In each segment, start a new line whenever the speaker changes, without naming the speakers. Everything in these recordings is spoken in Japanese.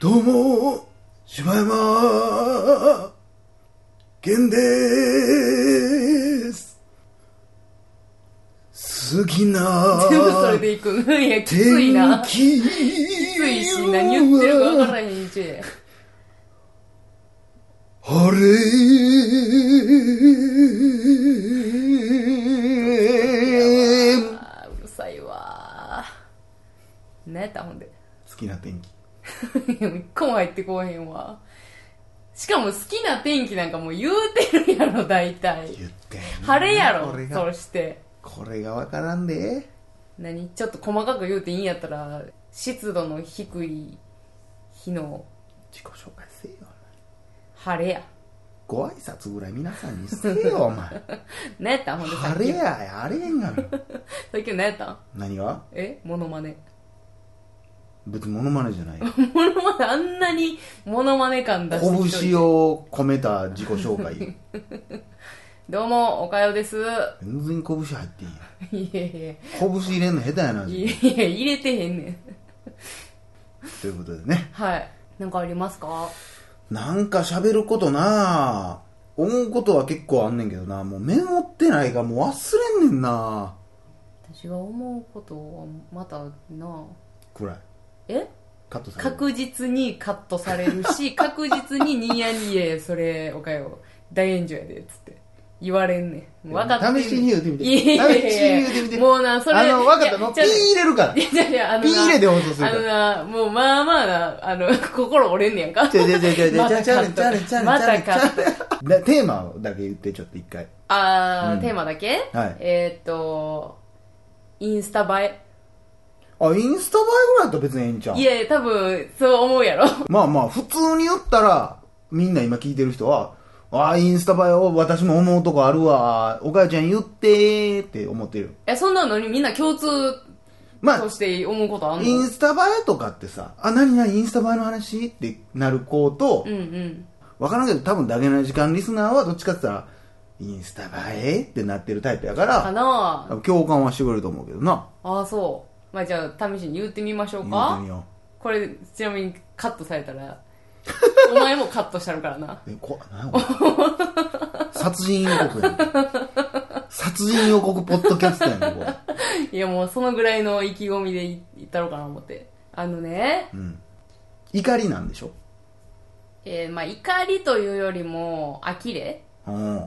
どうも、柴山健です。好きな
全部それでいくんいやきつい
天
なき
気
ついし何言ってるか分からへんし
晴れ
あーうるさいわー何やったほんで
好きな天気
いやもう一個も入ってこうへんわしかも好きな天気なんかもう言うてるやろ大体
言ってんな
晴れやろ
これが
そして
これがわからんで
何ちょっと細かく言うていいんやったら湿度の低い日の
自己紹介せえよ
晴れや
ご挨拶ぐらい皆さんにせえよお前
何やったほんでさっ
晴
き
れややれんが な
さっきの何やった
何が
えモノマネ
別にモノマネじゃないよ
モノマネあんなにモノマネ感出してきといて
拳を込めた自己紹介よ
どうもおかよです
全然拳入ってんや
いやいや
拳入れんの下手やない
やいや入れてへんねん
ということでね
はいなんかありますか
なんか喋ることなあ思うことは結構あんねんけどなもうメモってないからもう忘れんねんな
私は思うことはまたな
くらい
え
カットされる
確実にカットされる し確実にニヤニヤそれおかよ大炎上やでっつって言われんねん分かってんねん
試しに言うてみて
いやいやいや
試しに言うてみて
もうなそれ
あの分かった
いや
のピ
ち
ー
ゃう
入れるから
いやいやいやあのな
ピー入れて放送する
あ
か
の
ら
な、もうまあまあな、あの、心折れんねやんか。
ちゃうちゃうちゃうちゃうち
ま
ゃ
た
うちゃうちゃう
カット
ちゃう
またカット
なテーマだけ言ってちょっと一回
あー、
うん
テーマだけ
はい
えーっと、インスタ映え。
あインスタ映えぐらいだったら別にええんちゃう
いや、多分、そう思うやろ。
まあまあ普通に言ったらみんな今聞いてる人はああインスタ映えを私も思うとこあるわおかよちゃん言ってーって思ってるよ
え、そんなのにみんな共通
まあ
として思うことあんの
インスタ映えとかってさ、あ、何何インスタ映えの話ってなる子と
うん、うん。
わからんけど多分だけの時間リスナーはどっちかって言ったら、インスタ映えってなってるタイプやか、
からなあ
共感はしてくれると思うけどな。
あー、そう。まあじゃあ、試しに言ってみましょう
言うて
か
み。よ
これ、ちなみにカットされたら、 お前もカットしたるからな。
う。え、こ、なやこれ殺人予告やんけ。殺人予告ポッドキャストやんけ、これ。
いや、もうそのぐらいの意気込みでいいったろうかな思って。あのね、
うん。怒りなんでしょ
えーまあ怒りというよりも呆れ
うん。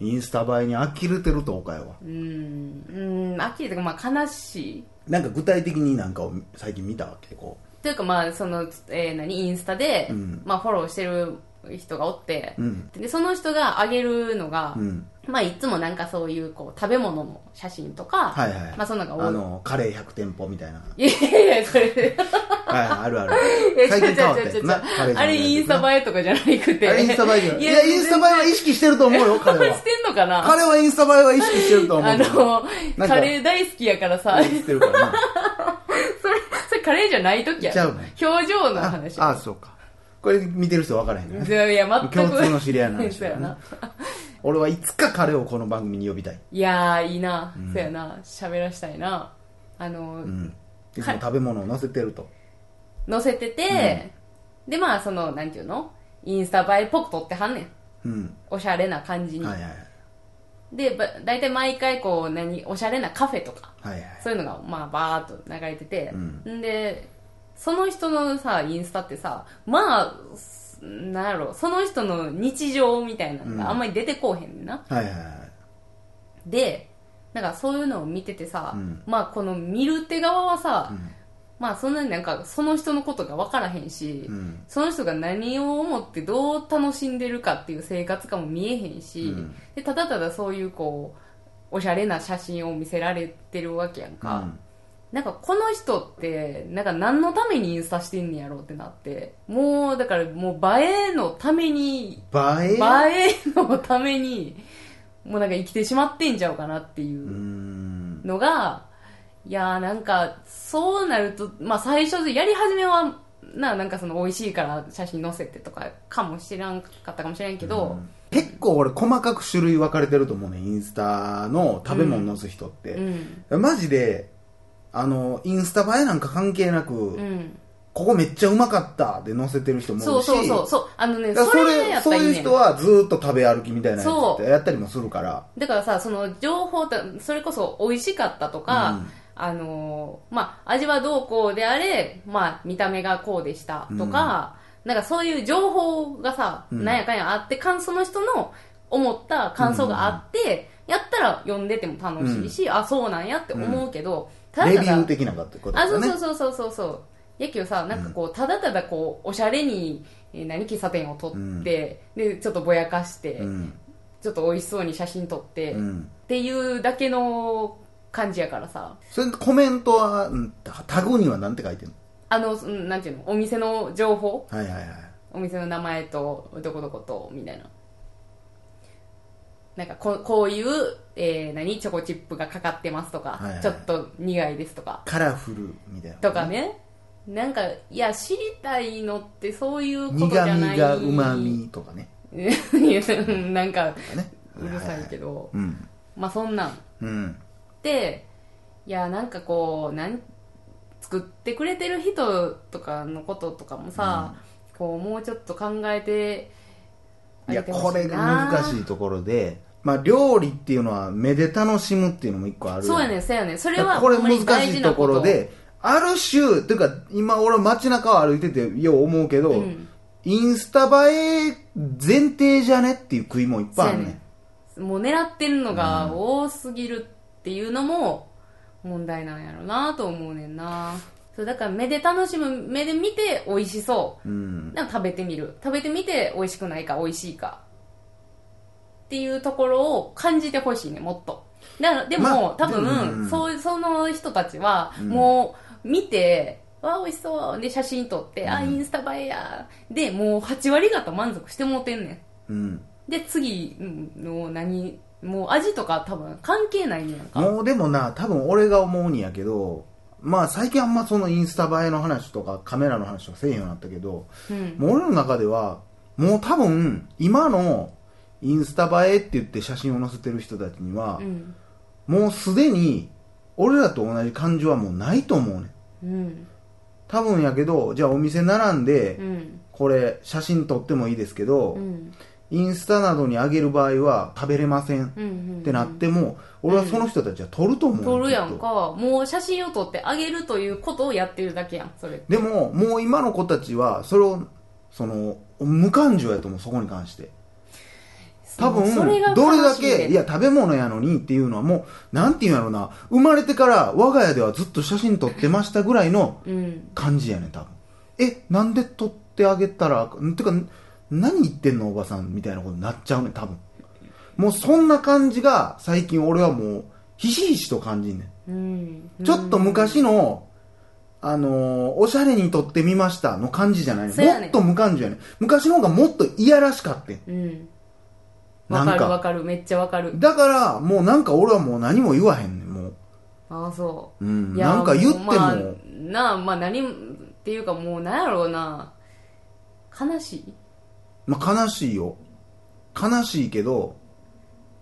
インスタ映えに呆れてると、おかよは。
うーんうーん呆れというかまあ悲しい
なんか具体的になんかを最近見たわけ、こ
というかまあその、えー何インスタで、
うん
まあ、フォローしてる人がおって
う。、うん。
でその人が上げるのが、
うん。
まあいつもなんかそういうこう食べ物の写真とか、
はいはい。
まあそんなのが
あ
多い
の、カレー100店舗みたいな。
いやいやいやそれ
はい、あるあ る
いや。
最近変わった
ちょ
や
ちょ
つ
ちょ
な。カレーじゃない
あれインスタ映えとかじゃなくて
あれインスタ映えじゃない。いや、インスタ映えは意識してると思う よ、彼は
し。てんのかな
彼はインスタ映えは意識してると思
あ
うけど。
の
なんか
カレー大好きやからさ、
言ってるからな。
それ、それカレーじゃない時や。
ちゃうね
表情の
あ
話
あ、
や。
そうか。これ見てる人分からへんね。
いやいや、全
共
く。
通の知り合いの話
そう
だ
や
よね
な。。
俺はいつか彼をこの番組に呼びたい。
いやー、いいな。
うん
そうやな。喋らしたいな。あの
う、ん。いつも食べ物を載せてると。
載せてて、で、まあ、その、なんていうのインスタ映えっぽく撮ってはんねん。
うん。
おしゃれな感じに
はい。はいはい。
で、ば大体毎回こう、何、おしゃれなカフェとか、
はいはい。
そういうのが、まあ、バーっと流れてて
う、ん。
んで、その人のさ、インスタってさ、まあ、すなんやろ、その人の日常みたいなの
うん
があんまり出てこうへんねんな。
はいはいはい。
で、なんかそういうのを見ててさ、
うん
まあこの見る手側はさ、
うん
まあそんなになんかその人のことが分からへんし、
うん。
その人が何を思ってどう楽しんでるかっていう生活かも見えへんし、
うん
でただただそういうこう、おしゃれな写真を見せられてるわけやんか。
うん
なんかこの人って、なんか何のためにインスタしてんねやろうってなって、もうだからもう映えのために、
映
映
え
えのために、もうなんか生きてしまってんちゃうかなっていうう
ーん。
のが、いやーなんかそうなると、まあ最初やり始めは、な、なんかその美味しいから写真載せてとかかもしらんかったかもしれんけど、
結構俺細かく種類分かれてると思うねインスタの食べ物載す人って、
うん。
マジであの、インスタ映えなんか関係なく、
うん
ここめっちゃうまかったで載せてる人もい
そ
る
う
し、
そうそうそうあのね
だからそ
それ
れ
やっ
そ
た
う
らい
い
いうねん
人はずーっと食べ歩きみたいなや
そ
つ
う
やったりもするから、
だからさその情報ってそれこそ美味しかったとか、
うん
あのーまあ味はどうこうであれまあ見た目がこうでしたとか、なんかそういう情報がさ、
うん
なんやかんやあって感その人の思った感想があって、やったら読んでても楽しいし、あそうなんやって思うけど、ただ
レビ
ただ
ュー的なことだ
あ
よ
そう
ね。
そうそうそうそうそうやけどさなんかこう、ただただこうおしゃれに、えー何喫茶店を撮って、でちょっとぼやかして、
うん
ちょっと美味しそうに写真撮って、
うん
っていうだけの感じやからさ
それでコメントは、うんタグにはなんて書いてんの
あのうんなんていうのお店の情報
はいはいはい。
お店の名前とどこどことみたいななんかここういう、えー何チョコチップがかかってますとか、
はいはい
ちょっと苦いですとか
カラフルみたいな。
とか。ねなんかいや知りたいのってそういうこと
苦
じゃない
味が旨味 とかね。
うんなんか
とかね
うるさいけ
ど。
ど、
うん。
まあそんなん
うん。
っていやなんかこうなん作ってくれてる人とかのこととかもさ、こうもうちょっと考えてあ
い
げ
や、
てほ
これが難し
い
いところで、まあ料理っていうのは目で楽しむっていうのも一個あ
な
る
そうやねんそうやねんそれ
だか
は
らこれ
ほんまに
難し
大事
い
な
ところで、ある種、というか、今俺街中を歩いててよう思うけど、
うん
インスタ映え前提じゃねっていう食いもんいっぱいあるねん。
そうやねもう狙ってるのが多すぎるっていうのも問題なんやろなと思うねんなそうだから目で楽しむ目で見て美味しそう
うん。
でも食べてみる食べてみて美味しくないか美味しいかっていうところを感じてほしいねもっとだからでも、
まあ
多分、
うん
そうその人たちは、
うん
もう見てわあ美味しそうで写真撮って、あ
うん
インスタ映えやでもう8割方満足してもうてんね
うん。
んで次の何もう味とか多分関係ないねんか
もうでもな、多分俺が思うんやけど、まあ最近あんまそのインスタ映えの話とかカメラの話とかせえへんようになったけど、
うん
もう俺の中では、もう多分今のインスタ映えって言って写真を載せてる人たちには、
うん
もうすでに俺らと同じ感情はもうないと思うねん
うん
多分やけどじゃあお店並んで、
うん
これ写真撮ってもいいですけど、
うん
インスタなどに上げる場合は食べれません
うんうん
ってなっても、俺はその人たちは撮ると思うね、
撮るやん
きっと
かもう写真を撮ってあげるということをやってるだけやんそれ
でももう今の子たちはそれをその無感情やと思うそこに関して多分
それが悲
どれだ
しい
け
ね
いや食べ物やのにっていうのはもうなんていうんやろな生まれてから我が家ではずっと写真撮ってましたぐらいの
うん
感じやねん多分えなんで取ってあげたらあかんてか何言ってんのおばさんみたいなことになっちゃうねん多分もうそんな感じが最近俺はもうひしひしと感じんねん
うん
ちょっと昔の、あのーおしゃれに撮ってみましたの感じじゃない
そ
の、
うやねん
もっと無感情やねん昔の方がもっといやらしかってん
うん
な
わ
んか
かるわかるめっちゃわかる
だからもうなんか俺はもう何も言わへんねんもう、
ああそ
うん、
ういや
なんか言っても
うまあなあまあ何っていうかもうなんやろうな悲しい
まあ、悲しいよ悲しいけど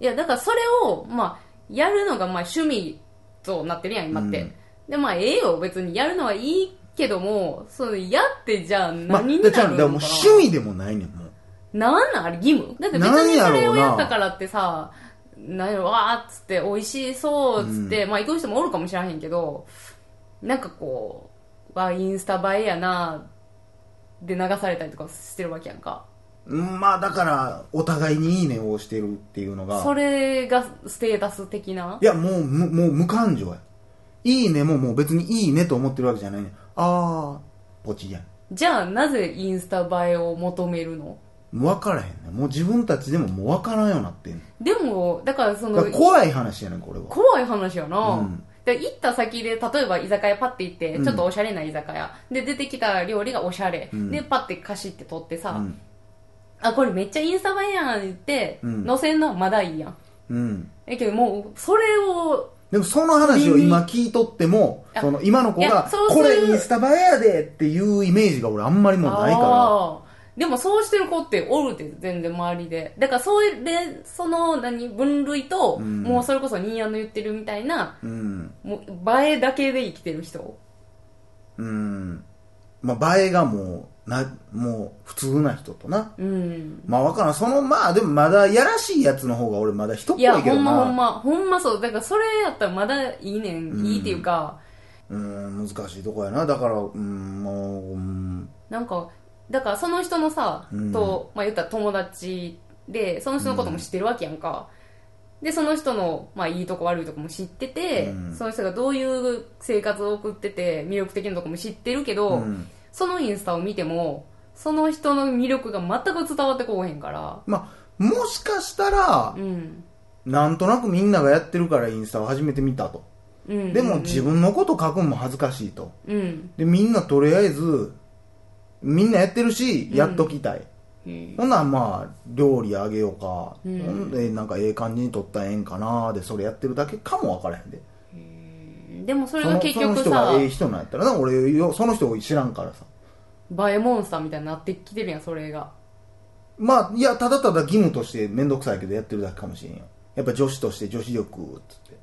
いやだからそれをまあやるのがまあ趣味となってるやん今って、
うん
でまあええよ別にやるのはいいけどもそのやってじゃあ
まあ、
何にな
だか
るのかな、
らもう趣味でもないねんもう
なんなんあれ義務だって別
なん
に
や
そ
ろうな
れをやったからってさ、なんやろ、わーっつって、美味しそうっつって、まあ行く人もおるかもしれへんけど、なんかこう、わ、インスタ映えやなで流されたりとかしてるわけやんか。
うんまあだからお互いにいいねをしてるっていうのが
それがステータス的ない
やもうむもう無感情やいいねももう別にいいねと思ってるわけじゃないねああポチやん
じゃあなぜインスタ映えを求めるの
もう分からへんねもう自分たちでももう分からんようになってんね
でも、だからそ
だ
の
から、怖い話やねんこれは
怖い話やな、
うん
で行った先で例えば居酒屋パッて行って、
うん
ちょっとおしゃれな居酒屋で出てきた料理がおしゃれ、
うん
でパッて貸しって取ってさ、
うん
あこれめっちゃインスタ映えやんって言って、
うん
載せんのはまだいいやん
うん
えけどもうそれを
でもその話を今聞いとっても
あ
その今の子
いや
が
そう
こ
そういう
れインスタ映えやでっていうイメージが俺あんまりもうない
あ
か
ーでもそうしてる子っておるって全然周りでだからそれでその何分類と、
うん
もうそれこそニーヤの言ってるみたいな
うん。
もう映えだけで生きてる人
うん。まあ、映えがもう、な、もう、普通な人とな。
うん
まあ、わからん。その、まあ、でもまだ、やらしいやつの方が俺まだ人っぽ
い
いけどな。
やほんまほんまほんまそうだからそれやったらまだいいねん、
うん
いいっていうか
うん、難しいとこやな。だから、うん、もう、うん、
なんかだからその人のさ、
うん
と、まあ、言ったら友達でその人のことも知ってるわけやんか、でその人の、まあ、いいとこ悪いとこも知ってて、
うん
その人がどういう生活を送ってて魅力的なとこも知ってるけど、
うん
そのインスタを見てもその人の魅力が全く伝わってこうへんから
まあ、もしかしたら
う、ん、
なんとなくみんながやってるからインスタを始めてみたと。
うん、
でも自
分
分のこと書くんも恥ずかしいと。
うん、
で、みんなとりあえず、みんなやってるし、
うん
やっときたい。
うん
ほんならまあ、料理あげようか。
うん
ほんで、なんかええ感じに撮ったらええんかなで、それやってるだけかもわからへんで。
でもそれ
そ
が
の
結
その
局
人が
さ
ええ人なんやったらな、俺よ、その人を知らんからさ。
映えモンスターみたいになってきてるやんそれが
まあ、いや、ただただ義務としてめんどくさいけどやってるだけかもしれんよ。やっぱ女子として女子力、つって。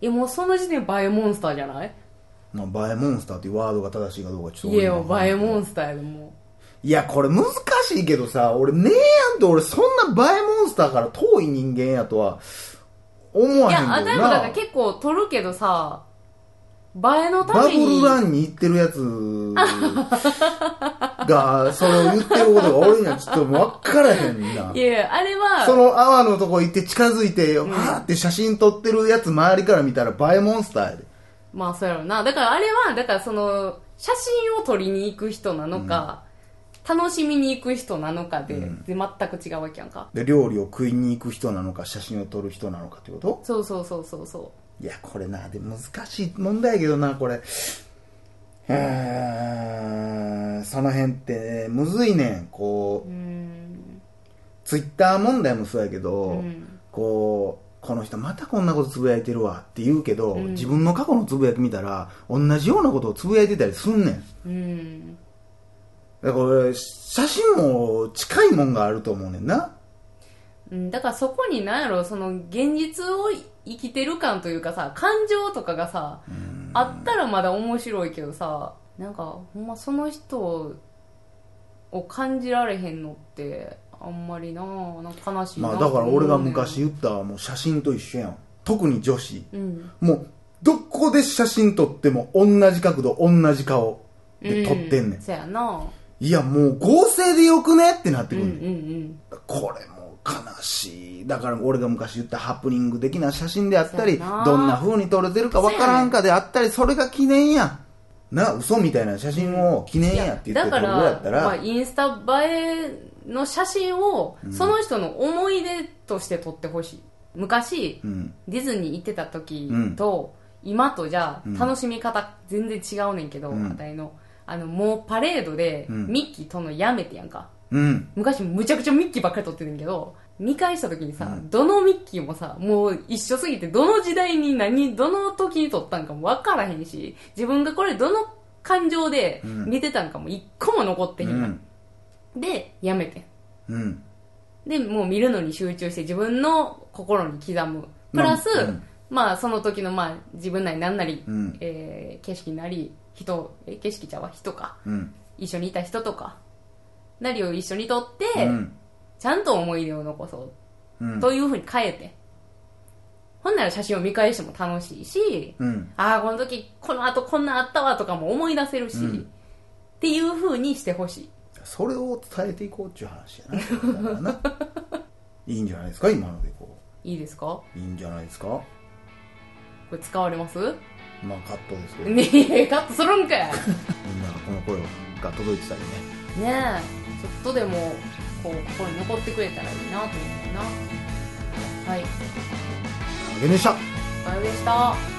いやもうその時点で映えモンスターじゃない
まあ、映えモンスターっていうワードが正しいかどうかちょっ
い
と俺
や
には
よ
分からん
映
け
え
ど。
モンスターやでも
いや、これ難しいけどさ、俺、姉やんと俺そんな映えモンスターから遠い人間やとは思わ
うい
へんけ
や
ど
あ
な。
たもだから結構撮るけどさ映えのた
バ
め
ブ
に
ルランに行ってるやつが、それを言ってることが俺にはちょっと分からへんな。
いやいやあれは
その泡のとこ行って近づいて、わ
ん
ーって写真撮ってるやつ周りから見たら映えモンスターやで。
まあそうやろうなだからあれはだからその写真を撮りに行く人なのか、楽しみに行く人なのかで,、で全く違うわけやんか
で、料理を食いに行く人なのか、写真を撮る人なのかってこと
そうそうそうそうそ
いや、これな、で、難しい問題やけどな、これ。うーん、その辺って、むずいねん。こ
うう
う、
ーん
ツイッター問題もそうやけど、
うん
こう、この人またこんなことつぶやいてるわって言うけど、
うん
自分の過去のつぶやき見たら、同じようなことをつぶやいてたりすんねん。
うん
だから俺、写真も近いもんがあると思うねんな。
うんだからそこに何やろその現実を生きてる感というかさ感情とかがさあったらまだ面白いけどさなんかほんまその人を感じられへんのってあんまりななんか悲しいな
まあ
って
だから俺が
思うねん
昔言ったもう写真と一緒やん。特に女子。
うん
もう、どこで写真撮っても同じ角度、同じ顔で撮ってんねん。
うそやな、
いや、もう合成でよくねってなって
う
く
んう
る、
ん
ねん
うん、
これも悲しい。だから俺が昔言ったハプニング的な写真であったり、
そうやな
どんな風に撮れてるかわからんかであったり、それが記念やん。な、嘘みたいな写真を記念やって言って撮るぐらいやったら、
まあ、インスタ映えの写真をその人の思い出として撮ってほしい昔、
うん。
ディズニー行ってた時と、今とじゃあ楽しみ方全然違うねんけど、
うん
あたいのあのもうパレードで
うん
ミッキーとのやめてやんか
うん。
昔むちゃくちゃミッキーばっかり撮ってるんけど見返した時にさ、
うん
どのミッキーもさもう一緒すぎてどの時代に何どの時に撮ったんかも分からへんし自分がこれどの感情で
うん
見てたんかも一個も残って
う
へんや
ん
ん、。でやめてん
うん。
でもう見るのに集中して自分の心に刻むプラス、
うん
まあその時のまあ自分なりなんなり、
うん
えー景色なり人え景色ちゃうわ人か
うん。
一緒にいた人とかなりを一緒に撮って、
うん。
ちゃんと思い出を残そう
うん。
というふうに変えて。ほんなら写真を見返しても楽しいし、
うん。
ああ、この時、この後こんなんあったわとかも思い出せるし、
うん
っていうふうにしてほしい。
それを伝えていこうっていう話やな。だからないいんじゃないですか、今のでこ
いいですかこ
う。いいんじゃないですか。
れ使われます
まあ、カットですけど、
ねえ、カットするんかい
みんながこの声が届いてたりね。
ねえ、ちょっとでも、こう、心に残ってくれたらいいなと思うな。はい、
あげでした。
お疲れでした。